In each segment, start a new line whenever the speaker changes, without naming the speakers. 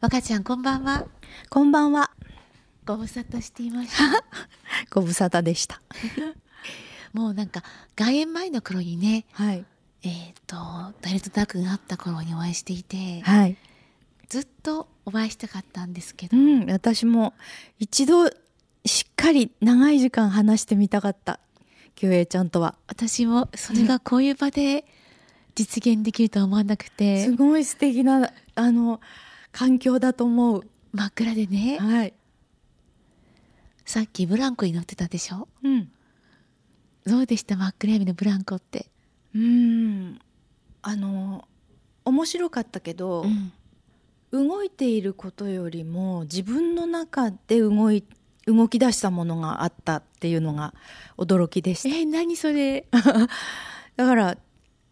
若ちゃんこんばんは
こんばんは。
ご無沙汰していました
ご無沙汰でした。
もうなんか外苑前の頃にね
はい。
えっ、とダイレクトダークがあった頃にお会いしていて
はい。
ずっとお会いしたかったんですけ
う
ど、
ん、私も一度しっかり長い時間話してみたかった。キュウエイちゃんとは。
私もそれがこういう場で実現できるとは思わなくて
すごい素敵なあの環境だと思う。
真っ暗でね
はい。
さっきブランコに乗ってたでしょ
うん。
どうでした真っ暗闇のブランコって、
うん。あの面白かったけど、動いていることよりも自分の中で動い動き出したものがあったっていうのが驚きでした
え。ー何それ
だから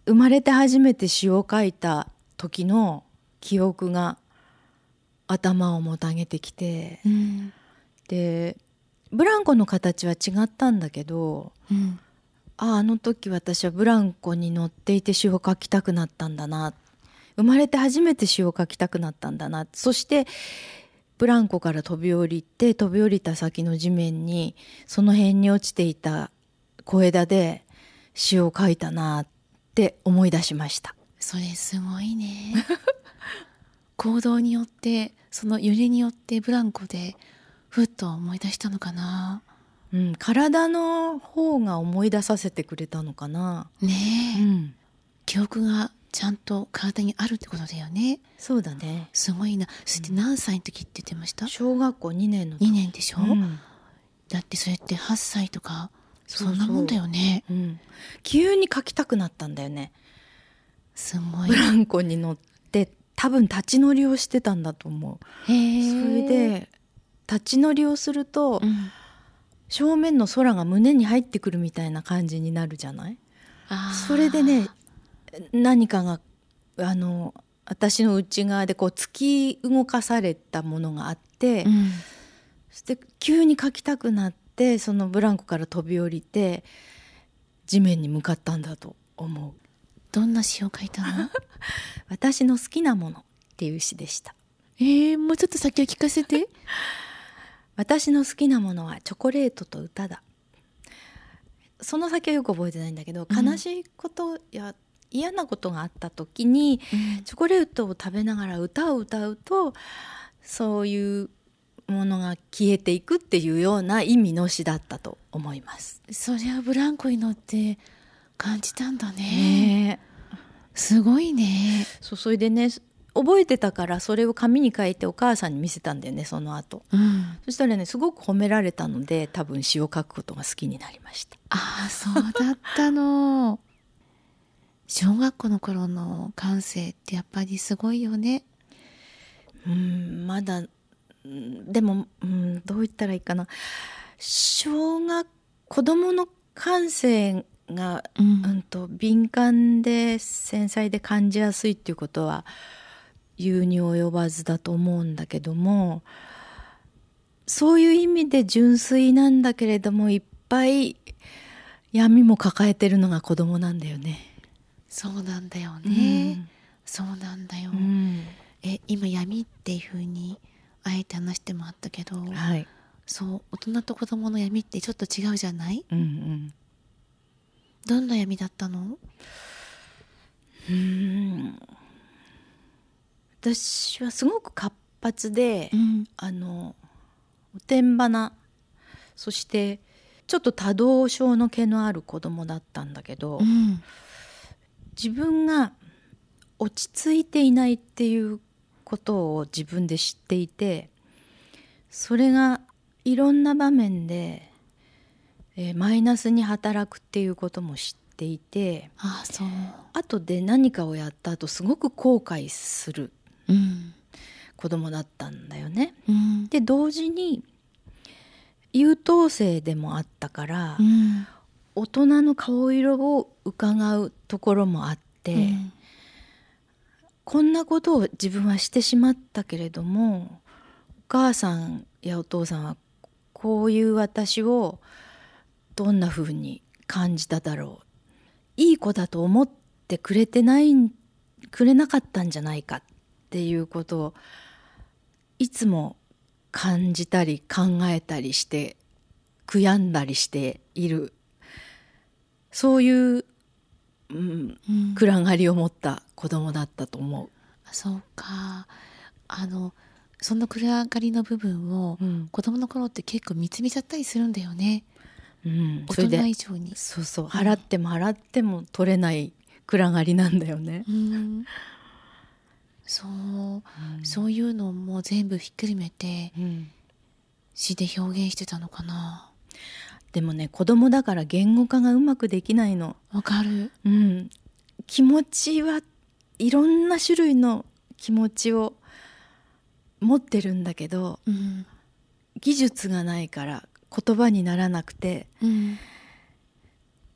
生まれて初めて詩を書いた時の記憶が頭をもたげてきて
うん、
でブランコの形は違ったんだけど
うん、
あああの時私はブランコに乗っていて詩を書きたくなったんだな生まれて初めて詩を書きたくなったんだなそしてブランコから飛び降りて飛び降りた先の地面にその辺に落ちていた小枝で詩を書いたなって思い出しました。
それすごいね 行動によってその揺れによってブランコでふっと思い出したのかな
うん、体の方が思い出させてくれたのかな、
ねえ、
ん、
記憶がちゃんと体にあるってことだよね
そうだね
すごいなそして何歳の時って言ってました、
小学校2年の
2年でしょ、
うん
だってそれって8歳とか
そ
そう
そうん
なもんだよね
うん、急に書きたくなったんだよね
すごい
ブランコに乗って多分立ち乗りをしてたんだと思
へ
う、
え
それで立ち乗りをすると、
うん、
正面の空が胸に入ってくるみたいな感じになるじゃない
あー
それでね何かがあの私の内側でこう突き動かされたものがあって、
うん
そして急に書きたくなってそのブランコから飛び降りて地面に向かったんだと思う
どんな詩を書いたの
私の好きなものっていう詩でした
えー、もうちょっと先を聞かせて
私の好きなものはチョコレートと歌だその先はよく覚えてないんだけど
うん
悲しいことや嫌なことがあった時に
うん
チョコレートを食べながら歌を歌うとそういうものが消えていくっていうような意味の詩だったと思います。
そりゃブランコに乗って感じたんだね。
ねえ
すごいね。
そうそれでね覚えてたからそれを紙に書いてお母さんに見せたんだよねその後
うん。
そしたらねすごく褒められたので多分詩を書くことが好きになりました
ああ、そうだった の。小学校の頃の感性ってやっぱりすごいよね。
うんまだうんでもうんどう言ったらいいかな小学子供の感性が、
う
うん
ん。
と敏感で繊細で感じやすいっていうことは言うに及ばずだと思うんだけどもそういう意味で純粋なんだけれどもいっぱい闇も抱えてるのが子供なんだよね。
そうなんだよね。そうなんだよ。
うん
え、今闇っていう風にあえて話してもあったけど、
はい、
そう、大人と子供の闇ってちょっと違うじゃない
うんうん
どんな闇だったの
うーん私はすごく活発で、
ん。
あのおてんばなそしてちょっと多動症の毛のある子供だったんだけど、
うん。
自分が落ち着いていないっていうことを自分で知っていてそれがいろんな場面で、えーマイナスに働くっていうことも知っていて
ああ、そう。
後で何かをやった後すごく後悔する
うん。
子供だったんだよね。
うん。
で同時に優等生でもあったから、
うん。
大人の顔色を伺うところもあって、
うん
こんなことを自分はしてしまったけれどもお母さんやお父さんはこういう私をどんな風に感じただろういい子だと思ってくれてないんくれなかったんじゃないかっていうことをいつも感じたり考えたりして悔やんだりしているそういう、うん、
うん
暗がりを持った子供だったと思
あそうかあのその暗がりの部分を
う、うん
子供の頃って結構見つめちゃったりするんだよね
うん、そ
大
れ
人
で
以上に。
そうそう払っても払っても取れない暗がりなんだよね
う。んそうそういうのも全部ひっくるめて
うん
詩で表現してたのかな
でもね子供だから言語化がうまくできないの。
わかる
うん、気持ちはいろんな種類の気持ちを持ってるんだけど
うん、
技術がないから言葉にならなくて
うん、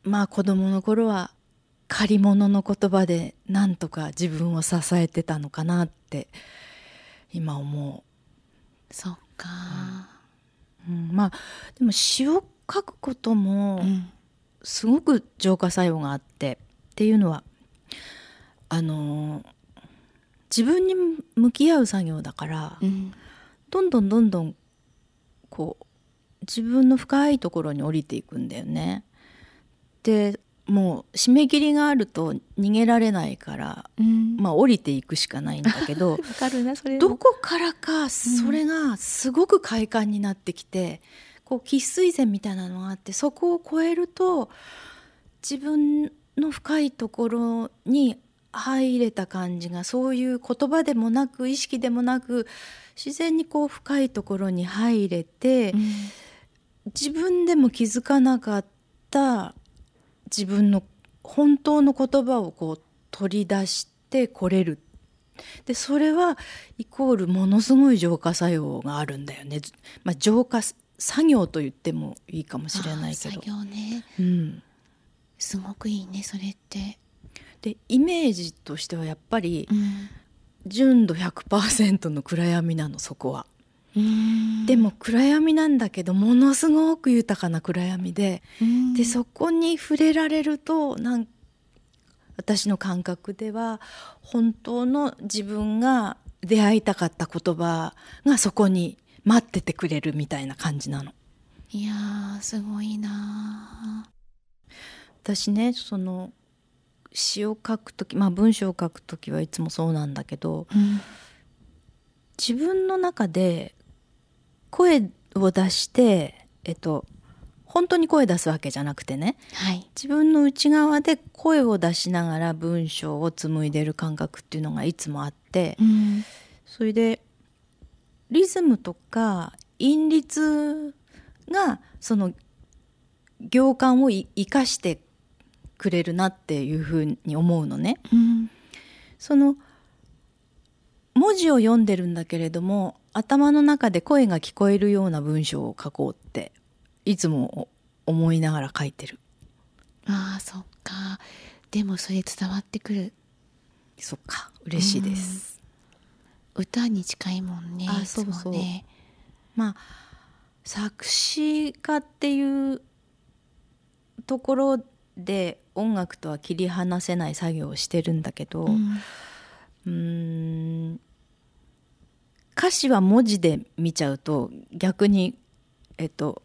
まあ子供の頃は借り物の言葉でなんとか自分を支えてたのかなって今思
そっか、
う、うん、まあでも詩を書くことも、
うん
すごく浄化作用があってっていうのはあのー自分に向き合う作業だから、
うん
どんどんどんどんこう自分の深いところに降りていくんだよね。でもう締め切りがあると逃げられないから
うん
まあ降りていくしかないんだけど
わかるなそれ
どこからかそれがすごく快感になってきて、こう喫水線みたいなのがあってそこを越えると自分の深いところに入れた感じがそういう言葉でもなく意識でもなく自然にこう深いところに入れて、
うん
自分でも気づかなかった自分の本当の言葉をこう取り出してこれるでそれはイコールものすごい浄化作用があるんだよね、ずまあ、浄化す作業と言ってもいいかもしれないけ
あー
ど
作、業ね
うん、
すごくいいねそれって、
でイメージとしてはやっぱり
うん
純度100%の暗闇なのそこは。
うん
でも暗闇なんだけどものすごく豊かな暗闇で
うん
でそこに触れられるとなん私の感覚では本当の自分が出会いたかった言葉がそこに待っててくれるみたいな感じなの。
いやーすごいな
私ねその詩を書く時まあ文章を書く時はいつもそうなんだけど
ー、うん
自分の中で声を出してえっと本当に声出すわけじゃなくてね、
はい
自分の内側で声を出しながら文章を紡いでる感覚っていうのがいつもあって
うん
それでリズムとか韻律がその行間をい生かしてくれるなっていうふうに思うのね。
うん
その文字を読んでるんだけれども頭の中で声が聞こえるような文章を書こうっていつも思いながら書いてる。
あーそっかでもそれ伝わってくる
そっか嬉しいです。
歌に近いもんね
あ
いつも
そうそう
ね
まあ作詞家っていうところで音楽とは切り離せない作業をしてるんだけど、う
うん
ーん歌詞は文字で見ちゃうと逆にえっと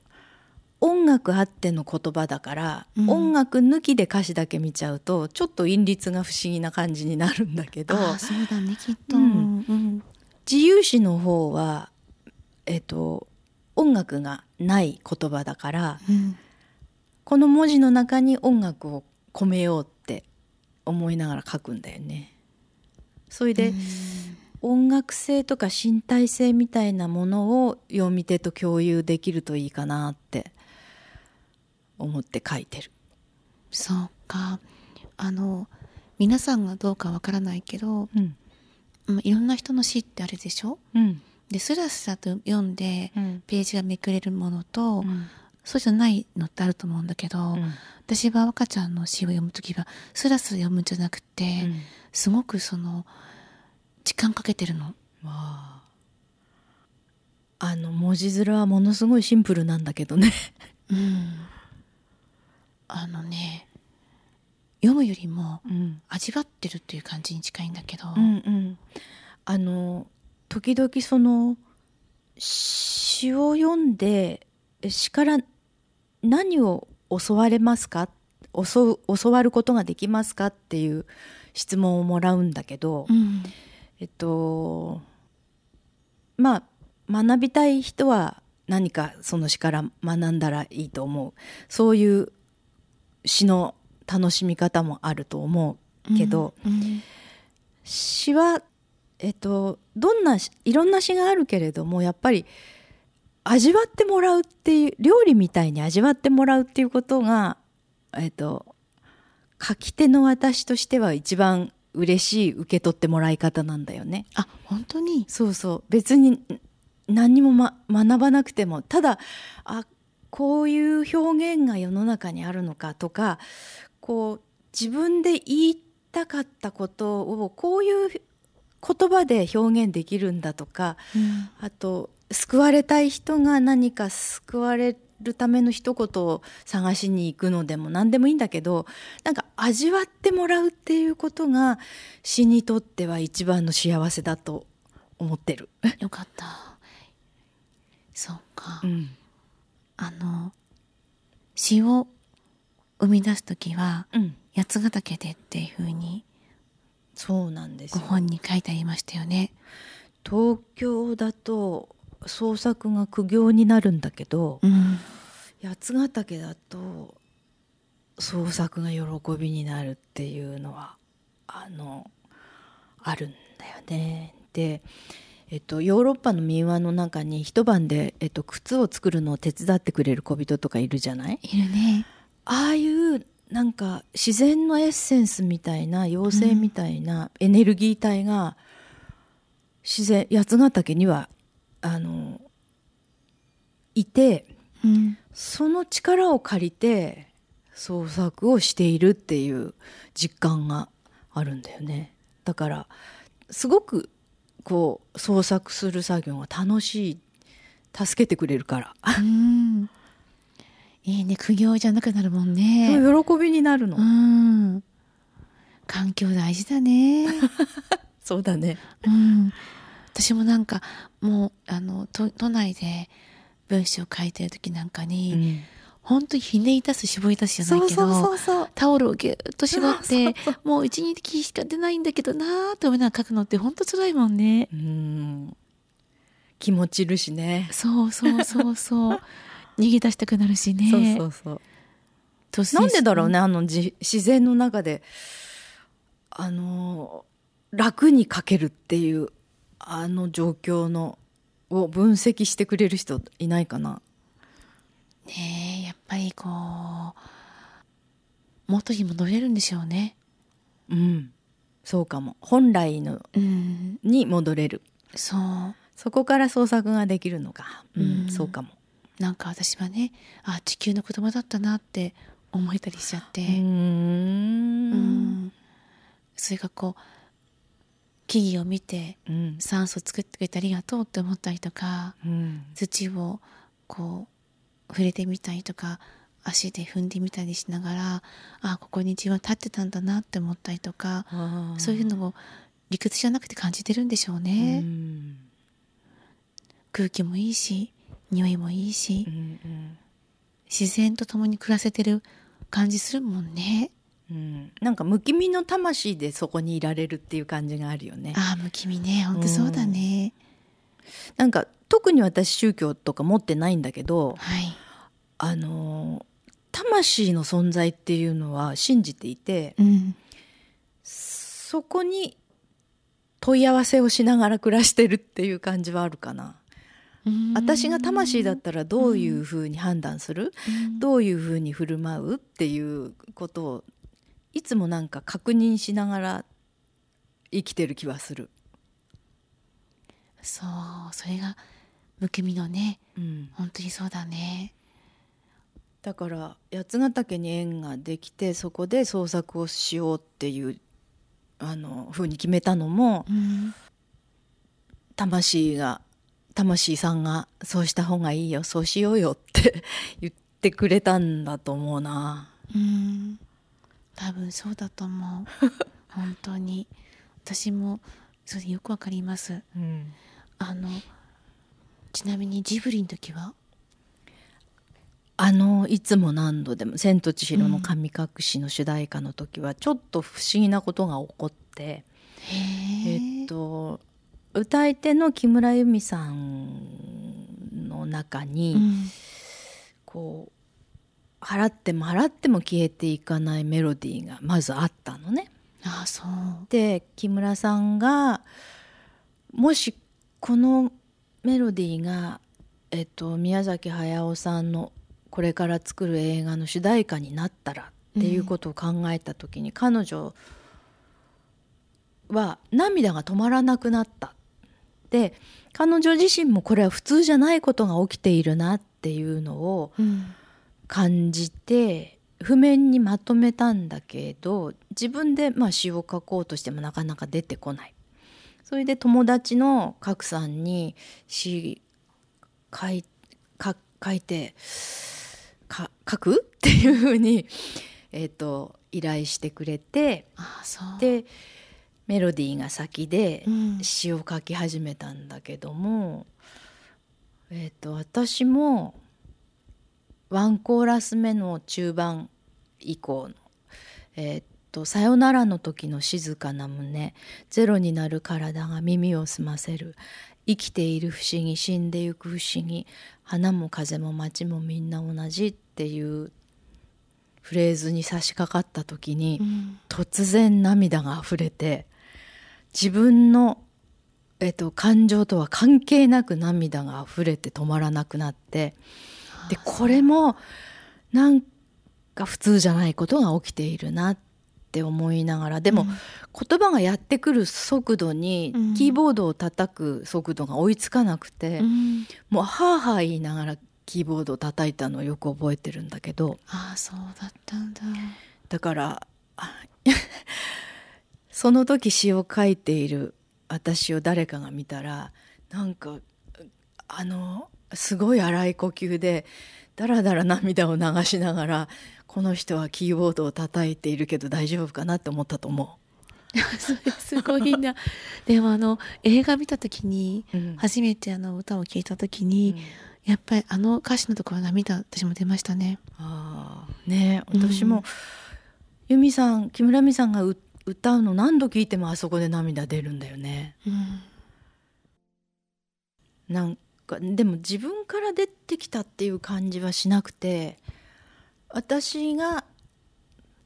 音楽あっての言葉だから、
うん
音楽抜きで歌詞だけ見ちゃうとちょっと韻律が不思議な感じになるんだけど
あーそうだねきっと、
うん
うん
自由詩の方はえっと音楽がない言葉だから
うん
この文字の中に音楽を込めようって思いながら書くんだよね。それで、音楽性とか身体性みたいなものを読み手と共有できるといいかなって思って書いてる。
そうかあの皆さんがどうかわからないけど、
うん
うんいろんな人の詩ってあれでしょ
うん
でスラスラと読んで
うん
ページがめくれるものと、
うん
そうじゃないのってあると思うんだけど、私は赤ちゃんの詩を読む時はスラスラ読むんじゃなくて、
うん
すごくその時間かけてるの。
わああの文字面はものすごいシンプルなんだけどね。
うん、あのね読むよりも
うん
味わってるっていう感じに近いんだけど、
うんうん、あの時々その詩を読んで詩から何を教われますか教う教わることができますかっていう質問をもらうんだけど、
うん
えっとまあ学びたい人は何かその詩から学んだらいいと思うそういう詩の楽しみ方もあると思うけど、
うん
詩は、えっと、どんな詩いろんな詩があるけれどもやっぱり味わってもらうっていう料理みたいに味わってもらうっていうことが、えっと、書き手の私としては一番嬉しい受け取ってもらい方なんだよね。
あ本当に
そうそう別にん何にも、ま、学ばなくてもただあこういう表現が世の中にあるのかとかこう自分で言いたかったことをこういう言葉で表現できるんだとか
うん
あと救われたい人が何か救われるための一言を探しに行くのでも何でもいいんだけどなんか味わってもらうっていうことが詩にとっては一番の幸せだと思ってる。
よかったそうか、
うん
あの詩を生み出す時は
うん、
八ヶ岳でっていう風に
そうなんです
ご
よ
本に書いてありましたよね
東京だと創作が苦行になるんだけど、
うん
八ヶ岳だと創作が喜びになるっていうのはあのあるんだよね。で、えっと、ヨーロッパの民話の中に一晩で、えっと、靴を作るのを手伝ってくれる小人とかいるじゃない
いるね
ああいうなんか自然のエッセンスみたいな妖精みたいなエネルギー体が自然八ヶ岳にはあのいて
うん
その力を借りて創作をしているっていう実感があるんだよねだからすごくこう創作する作業が楽しい助けてくれるから、
うんいいね苦行じゃなくなるもんね
喜びになるの、
うん環境大事だ ね
そうだね
うん私もなんかもうあの都都内で文章を書いてる時なんかに、本当にひねり出す絞り出しじゃないけど
うそう
タオルをぎゅっと絞っ
そう
てもう一日しか出ないんだけどなーって思いながら書くのって本当辛いもんね
うん気持ちいるしね
そうそうそうそう 逃げ出したくなるしね
うそう
突然
なんでだろうねあのじ自然の中であの楽に書けるっていうあの状況のを分析してくれる人いないかな
ねえやっぱりこう元に戻れるんでしょうね
うんそうかも本来の
うん
に戻れる
そう
そこから創作ができるのかうん、
うん
そうかも
なんか私はねあ地球の子供だったなって思えたりしちゃって、うんんそれがこう木々を見て
うん
酸素作ってくれてありがとうって思ったりとか
うん
土をこう触れてみたりとか足で踏んでみたりしながらあここに自分は立ってたんだなって思ったりとか
あー
そういうのを理屈じゃなくて感じてるんでしょうね、
うん
空気もいいし匂いもいいし、
うんうん
自然と共に暮らせてる感じするもんね
うん、なんかむきみの魂でそこにいられるっていう感じがあるよね。
ああむきみねほんとそうだね、
なんか特に私宗教とか持ってないんだけど、
はい
あのー魂の存在っていうのは信じていて、
うん
そこに問い合わせをしながら暮らしてるっていう感じはあるかな。私が魂だったらどういうふうに判断する、
うん
どういうふうに振る舞うっていうことをいつもなんか確認しながら生きてる気はする。
そうそれがむきみのね
うん
本当にそうだね
だから八ヶ岳に縁ができてそこで創作をしようっていうあの風に決めたのも
うん
魂が魂さんが「そうした方がいいよそうしようよ」って 言ってくれたんだと思うな。
うん多分そうだと 思う本当に私もそれよくわかります
うん
あのちちなみにジブリの時は
あのいつも何度でも「千と千尋の神隠し」の主題歌の時はちょっと不思議なことが起こって、えっと歌い手の木村由美さんの中に、
うん
こう払っても払っても消えていかないメロディーがまずあったのね。
ああそう
で木村さんがもしこのメロディーが、えっと、宮崎駿さんのこれから作る映画の主題歌になったらっていうことを考えた時に、彼女は涙が止まらなくなったで彼女自身もこれは普通じゃないことが起きているなっていうのを
うん
感じて譜面にまとめたんだけど自分でまあ詩を書こうとしてもなかなか出てこないそれで友達の角さんに詩書いか書いてか書くっていうふうに、えー、と依頼してくれて
ああそう、
でメロディーが先で
うん
詩を書き始めたんだけども、えー、と私もワンコーラス目の中盤以降の「えー、とさよなら」の時の静かな胸「ゼロになる体が耳を澄ませる」「生きている不思議死んでゆく不思議花も風も街もみんな同じ」っていうフレーズに差し掛かった時に、
うん
突然涙が溢れて自分の、えっと、感情とは関係なく涙が溢れて止まらなくなってで
ああ
これもなんか普通じゃないことが起きているなって思いながらでも、
うん
言葉がやってくる速度に、
うん
キーボードを叩く速度が追いつかなくて、
うん
もうハーハー言いながらキーボードを叩いたのをよく覚えてるんだけど。
ああそうだったんだ
だから あその時詩を書いている私を誰かが見たらなんかあのすごい荒い呼吸でだらだら涙を流しながらこの人はキーボードを叩いているけど大丈夫かなって思ったと思
それ すごいなでもあの映画見た時に
う。うん
初めてあの歌を聴いた時に、
うん
やっぱりあの歌詞のところは涙私も出ましたね
あーね
うん
私も、由美さん木村美さんがう歌うの何度聞いてもあそこで涙出るんだよね。
うん
なんかでも自分から出てきたっていう感じはしなくて私が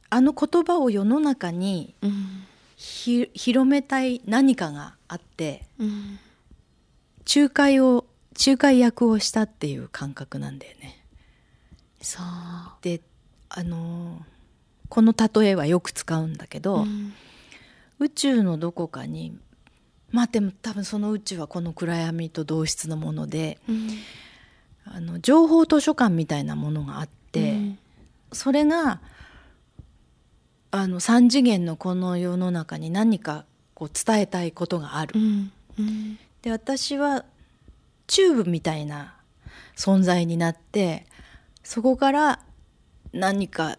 あの言葉を世の中に
うん
ひ広めたい何かがあって
うん
仲介を仲介役をしたっていう感覚なんだよね。
そう
であのーこの例えはよく使うんだけど、
うん
宇宙のどこかにまあでも多分その宇宙はこの暗闇と同質のもので
うん
あの情報図書館みたいなものがあって。
うん
それがあの3次元のこの世の中に何かこう伝えたいことがあ
う
る。
んうん
で私はチューブみたいな存在になってそこから何か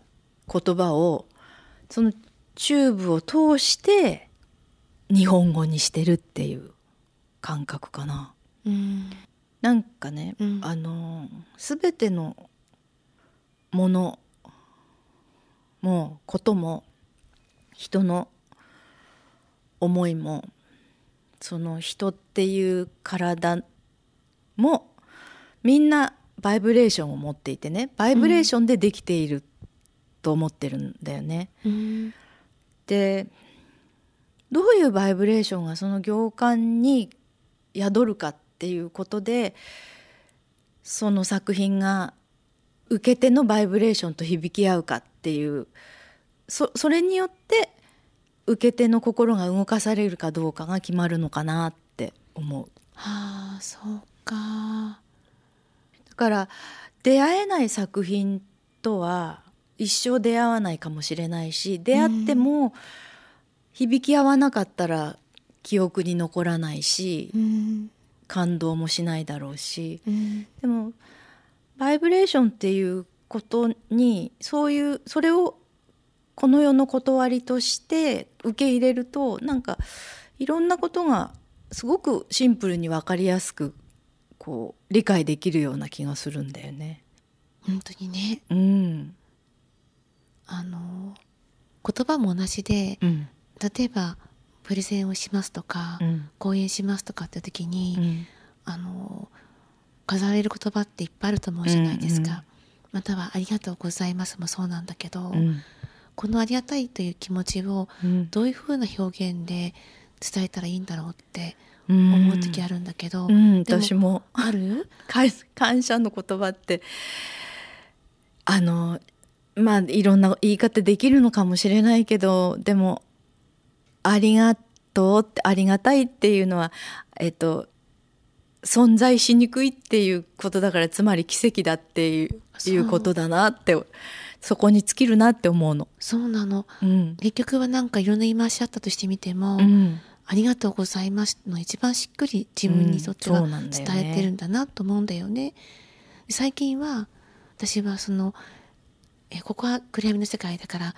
言葉をそのチューブを通して日本語にしてるっていう感覚かな。
うん
なんかね、
うん
あの全てのものもことも人の思いもその人っていう体もみんなバイブレーションを持っていてねバイブレーションでできていると思ってるんだよね。
うん
でどういうバイブレーションがその行間に宿るかっていうことでその作品が受け手のバイブレーションと響き合うかっていうそそれによって受け手の心が動かされるかどうかが決まるのかなって思う。
ああそうか
だから出会えない作品とは一生出会わないかもしれないし出会っても響き合わなかったら記憶に残らないし
うん
感動もしないだろうし
うん
でもバイブレーションっていうことにそういうそれをこの世の断りとして受け入れるとなんかいろんなことがすごくシンプルに分かりやすくこう理解できるような気がするんだよね。
本当にね
うん、
あの言葉も同じで
うん、
例えばプレゼンをしますとか、
うん、
講演しますとかって時に、
うん、
あの飾られる言葉っていっぱいあると思うじゃないですか、
うんうん
または「ありがとうございます」もそうなんだけど、
うん、
この「ありがたい」という気持ちをどういうふうな表現で伝えたらいいんだろうって思う時あ
る。
るんだけど、
うん、
でも
私も
ある
感感謝の言葉ってあのまあいろんな言い方できるのかもしれないけどでも「ありがとう」って「ありがたい」っていうのはえっと存在しにくいっていうことだからつまり奇跡だっていう
そう
いうことだなってそこに尽きるなって思うの。
そうなの
うん
結局はなんかいろんな言い回しあったとしてみても「
うん
ありがとうございます」の一番しっくり自分にとっては
うんそうなんだよね
伝えてるんだなと思うんだよね。最近は私はそのえここは暗闇の世界だから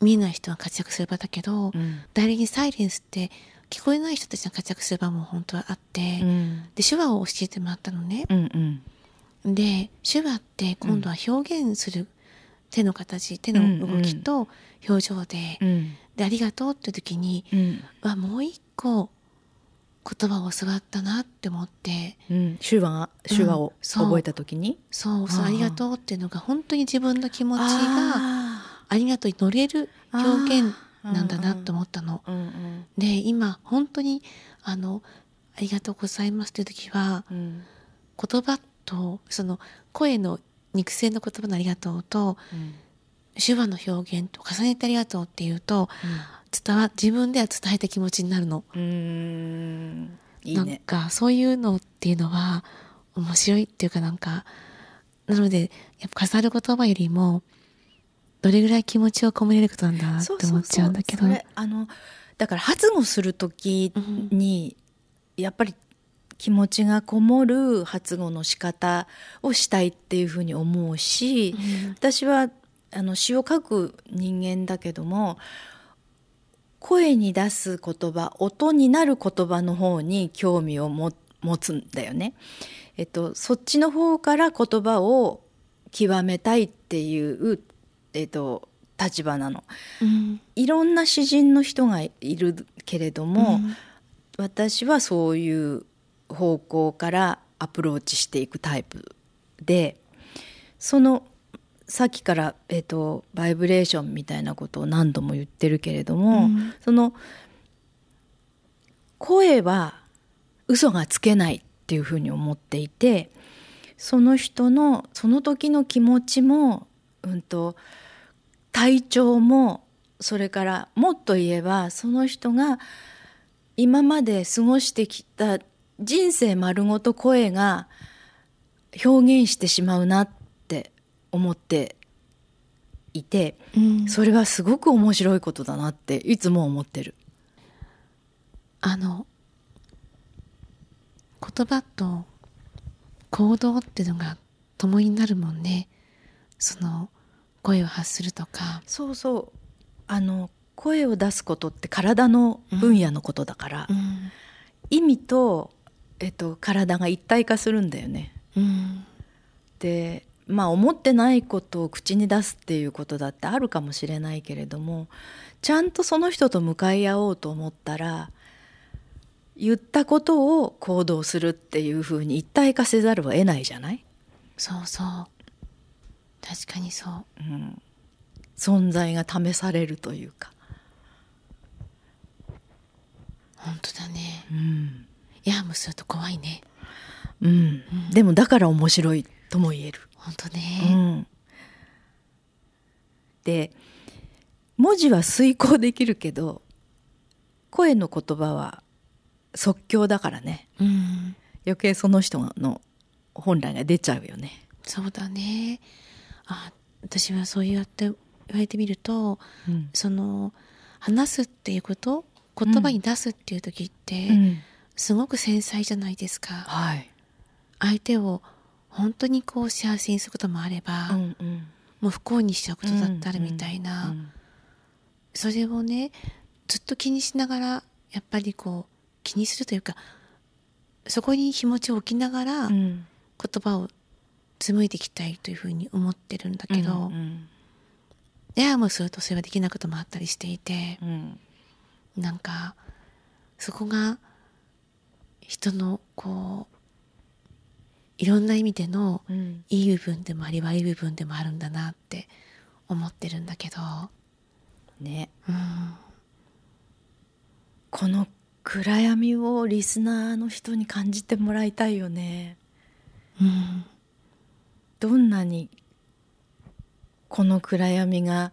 見えない人が活躍する場だけど、
うん
代理にサイレンスって聞こえない人たちが活躍する場も本当はあって、
うん
で手話を教えてもらったのね。
うんうん
で手話って今度は表現する手の形、手の動きと表情で,、
うん
でありがとうって時に
うん
わもう一個言葉を教わったなって思って
うん手話が手話を
そう
覚えた時に、
そう
あ
そう
ー
ありがとうっていうのが本当に自分の気持ちが
あー
ありがとうに乗れる表現なんだなと思ったの。
うん
で今本当にあのありがとうございますっていう時は
うん
言葉とその声の肉声の言葉のありがとうと手話の表現と重ねてありがとうっていうと伝わ自分では伝えた気持ちになるの
うんいい
なん
ね。
かそういうのっていうのは面白いっていうかなんかなのでやっぱ飾る言葉よりもどれぐらい気持ちを込めれることなんだなって思っちゃうんだけど
それあのだから発語する時に、やっぱり気持ちがこもる発語の仕方をしたいっていうふうに思うし、
うん
私はあの詩を書く人間だけども声に出す言葉音になる言葉の方に興味をも持つんだよね、えっと、そっちの方から言葉を極めたいっていう、えっと、立場なの。
うん
いろんな詩人の人がいるけれども、私はそういう方向からアプローチしていくタイプでそのさっきから、えっとバイブレーションみたいなことを何度も言ってるけれども、
うん
その声は嘘がつけないっていうふうに思っていてその人のその時の気持ちも、うん、と体調もそれからもっと言えばその人が今まで過ごしてきた人生丸ごと声が表現してしまうなって思っていて
うん
それはすごく面白いことだなっていつも思ってる。
あの言葉と行動っていうのが共になるもんねその声を発するとか
そうそうあの声を出すことって体の分野のことだから、
ん、
意味と、えっと、体が一体化するんだよね。
うん、
でまあ思ってないことを口に出すっていうことだってあるかもしれないけれどもちゃんとその人と向かい合おうと思ったら言ったことを行動するっていうふうに一体化せざるを得ないじゃない、
そうそう確かにそう
うん、存在が試されるというか。
本当だね
うん
いやもうすると怖いね
うん、でもだから面白いとも言える。
本当
う
ね、
ん、で文字は遂行できるけど声の言葉は即興だからね
うん
余計その人の本来が出ちゃうよね。
そうだねあ私はそうやって言われてみると
うん
その話すっていうこと言葉に出すっていう時って、すごく繊細じゃないですか
はい、
相手を本当にこう幸せにすることもあれば、
んうん、
もう不幸にしちゃうことだってあるみたいな、それをねずっと気にしながらやっぱりこう気にするというかそこに気持ちを置きながら
う
言
ん
葉を紡いでいきたいというふうに思ってるんだけど、
うんうん
ややもするとそれはできないこともあったりしていて
うん
なんかそこが人のこういろんな意味での
うん
いい部分でもあり悪い部分でもあるんだなって思ってるんだけど、
ね
うん、
この暗闇をリスナーの人に感じてもらいたいよね
うん、
どんなにこの暗闇が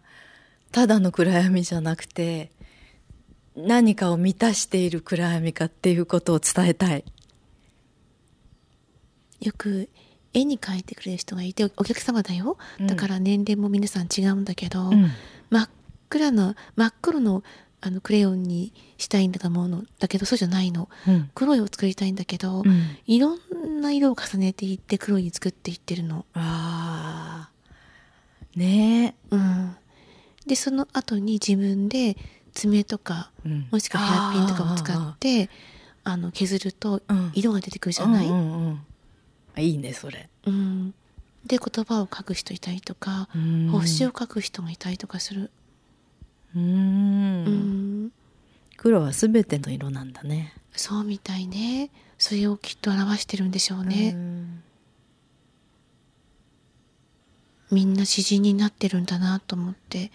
ただの暗闇じゃなくて何かを満たしている暗闇かっていうことを伝えたい。
よく絵に描いてくれる人がいておお客様だよ、
うん
だから年齢も皆さん違うんだけど、
うん
真っ暗な真っ黒のあのクレヨンにしたいんだと思うのだけどそうじゃないの
うん
黒いを作りたいんだけど、
うん
いろんな色を重ねていって黒いに作っていってるの。
あーね
うん、でその後に自分で爪とか
え、うん
もしくはヘアピンとかを使ってあの削ると
うん
色が出てくるじゃない、
うんうんうんあいいねそれ。
うんで言葉を書く人いたりとか、星を書く人がいたりとかする、
う
うんん
黒はすべての色なんだね。
そうみたいねそれをきっと表してるんでしょうね、
うん
みんな詩人になってるんだなと思って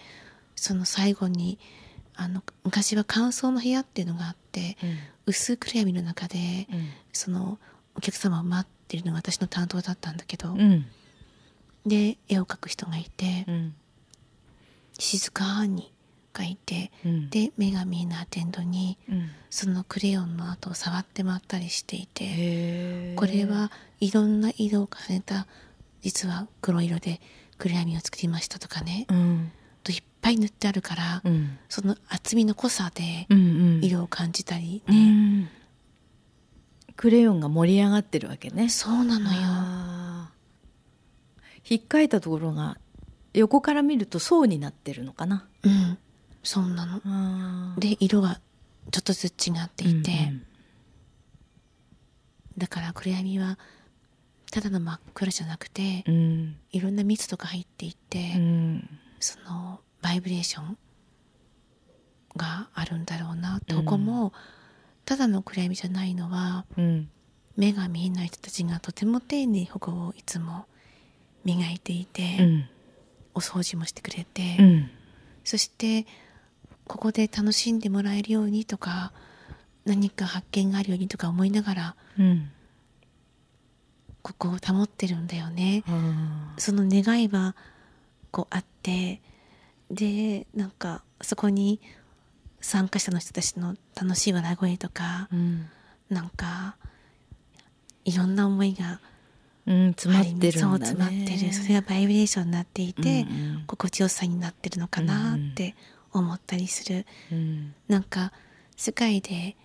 その最後にあの昔は乾燥の部屋っていうのがあって薄暗闇の中でそのお客様を待ってるのが私の担当だったんだけど、
うんうん
で絵を描く人がいて、
うん
静かに描いて
うん
で女神のアテンドに
うん
そのクレヨンの跡を触って回ったりしていて、
へー
これはいろんな色を重ねた実は黒色で暗闇を作りましたとかね、
うん
といっぱい塗ってあるから、
うん
その厚みの濃さで
うんうん
色を感じたり
う
ね、
んクレヨンが盛り上がってるわけね
そうなのよ。
あー引っかいたところが横から見ると層になってるのかな
うん、そうなの。で色がちょっとずつ違っていて、だから暗闇はただの真っ暗じゃなくて、
うんうん
いろんな蜜とか入っていって、
うん
そのバイブレーションがあるんだろうなって、
うん
ここもただの暗闇じゃないのは
うん
目が見えない人たちがとても丁寧に保護をいつも磨いていて、
うん
お掃除もしてくれて、
うん
そしてここで楽しんでもらえるようにとか何か発見があるようにとか思いながら
うん
ここを保ってるんだよね。
あー
その願いはこうあってでなんかそこに参加者の人たちの楽しい笑い声とか、
うん
なんかいろんな思いが
うん詰まってるんだね
そう詰まってるそれがバイブレーションになっていて、
うんうん
心地よさになってるのかなって思ったりする、
うん
なんか世界で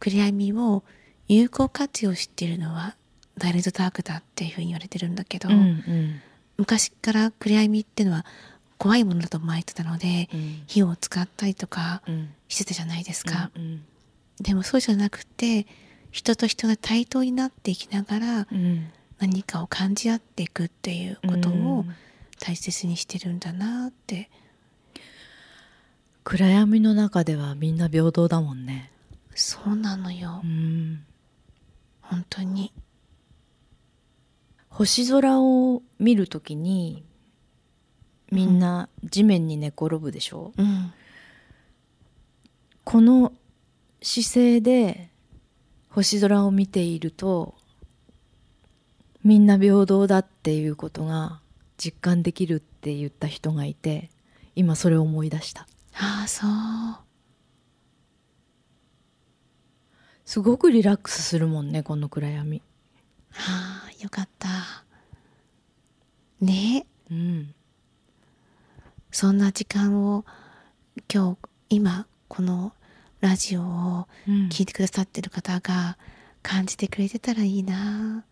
暗闇を有効活用してるのはダイレクトダークだっていうふうに言われてるんだけど、
うんうん
昔から暗闇ってのは怖いものだと思われてたので、
うん
火を使ったりとか
うん
してたじゃないですか、
うん
でもそうじゃなくて人と人が対等になっていきながら
うん
何かを感じ合っていくっていうことを大切にしてるんだなって、
暗闇の中ではみんな平等だもんね。
そうなのよ
うん、
本当に
星空を見るときにみんな地面に寝転ぶでしょ、
うん
この姿勢で星空を見ているとみんな平等だっていうことが実感できるって言った人がいて今それを思い出した
ああそう
すごくリラックスするもんねこの暗闇
ああよかったね
うん
そんな時間を今日今このラジオを
うん
聞いてくださってる方が感じてくれてたらいいな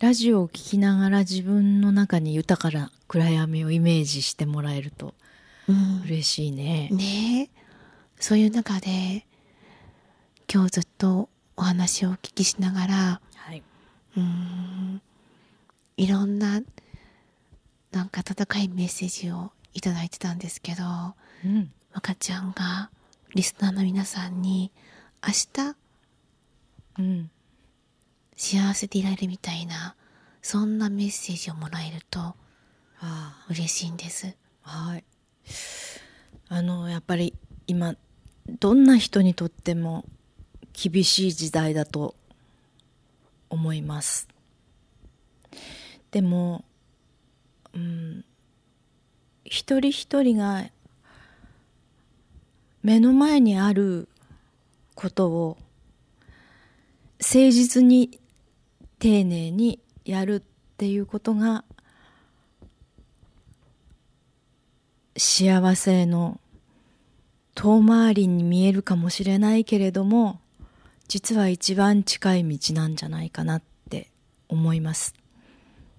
ラジオを聞きながら自分の中に豊かな暗闇をイメージしてもらえると
うん
嬉しいね。
ねえそういう中で今日ずっとお話をお聞きしながら
はい、
うーんいろんななんか温かいメッセージをいただいてたんですけど
うん、
若ちゃんがリスナーの皆さんに明日
うん、
幸せでいられるみたいなそんなメッセージをもらえると
あ
嬉しいんです。
あ、はい。あのやっぱり今どんな人にとっても厳しい時代だと思います。でも、うん、一人一人が目の前にあることを誠実に丁寧にやるっていうことが幸せの遠回りに見えるかもしれないけれども実は一番近い道なんじゃないかなって思います。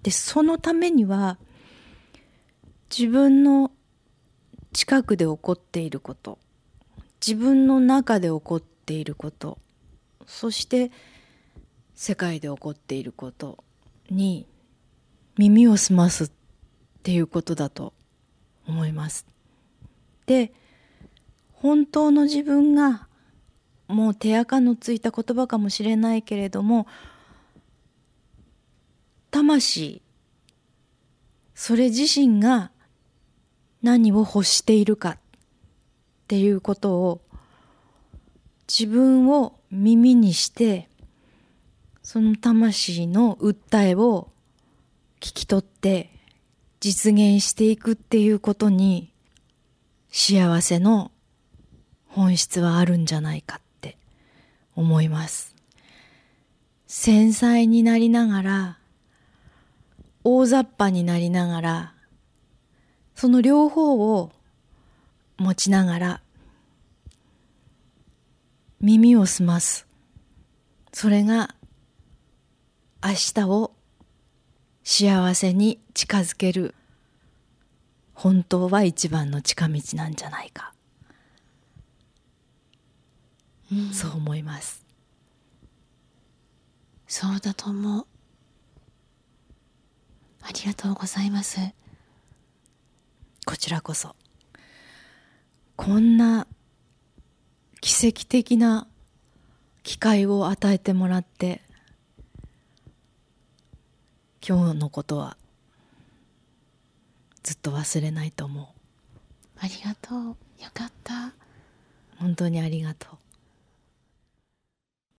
でそのためには自分の近くで起こっていること自分の中で起こっていることそして世界で起こっていることに耳を澄ますっていうことだと思います。で本当の自分がもう手垢のついた言葉かもしれないけれども魂それ自身が何を欲しているかっていうことを自分を耳にしてその魂の訴えを聞き取って実現していくっていうことに幸せの本質はあるんじゃないかって思います繊細になりながら大雑把になりながらその両方を持ちながら耳を澄ますそれが明日を幸せに近づける本当は一番の近道なんじゃないか、そう思います
そうだと思う。ありがとうございます。
こちらこそこんな奇跡的な機会を与えてもらって今日のことはずっと忘れないと思う
ありがとう。よかった。
本当にありがとう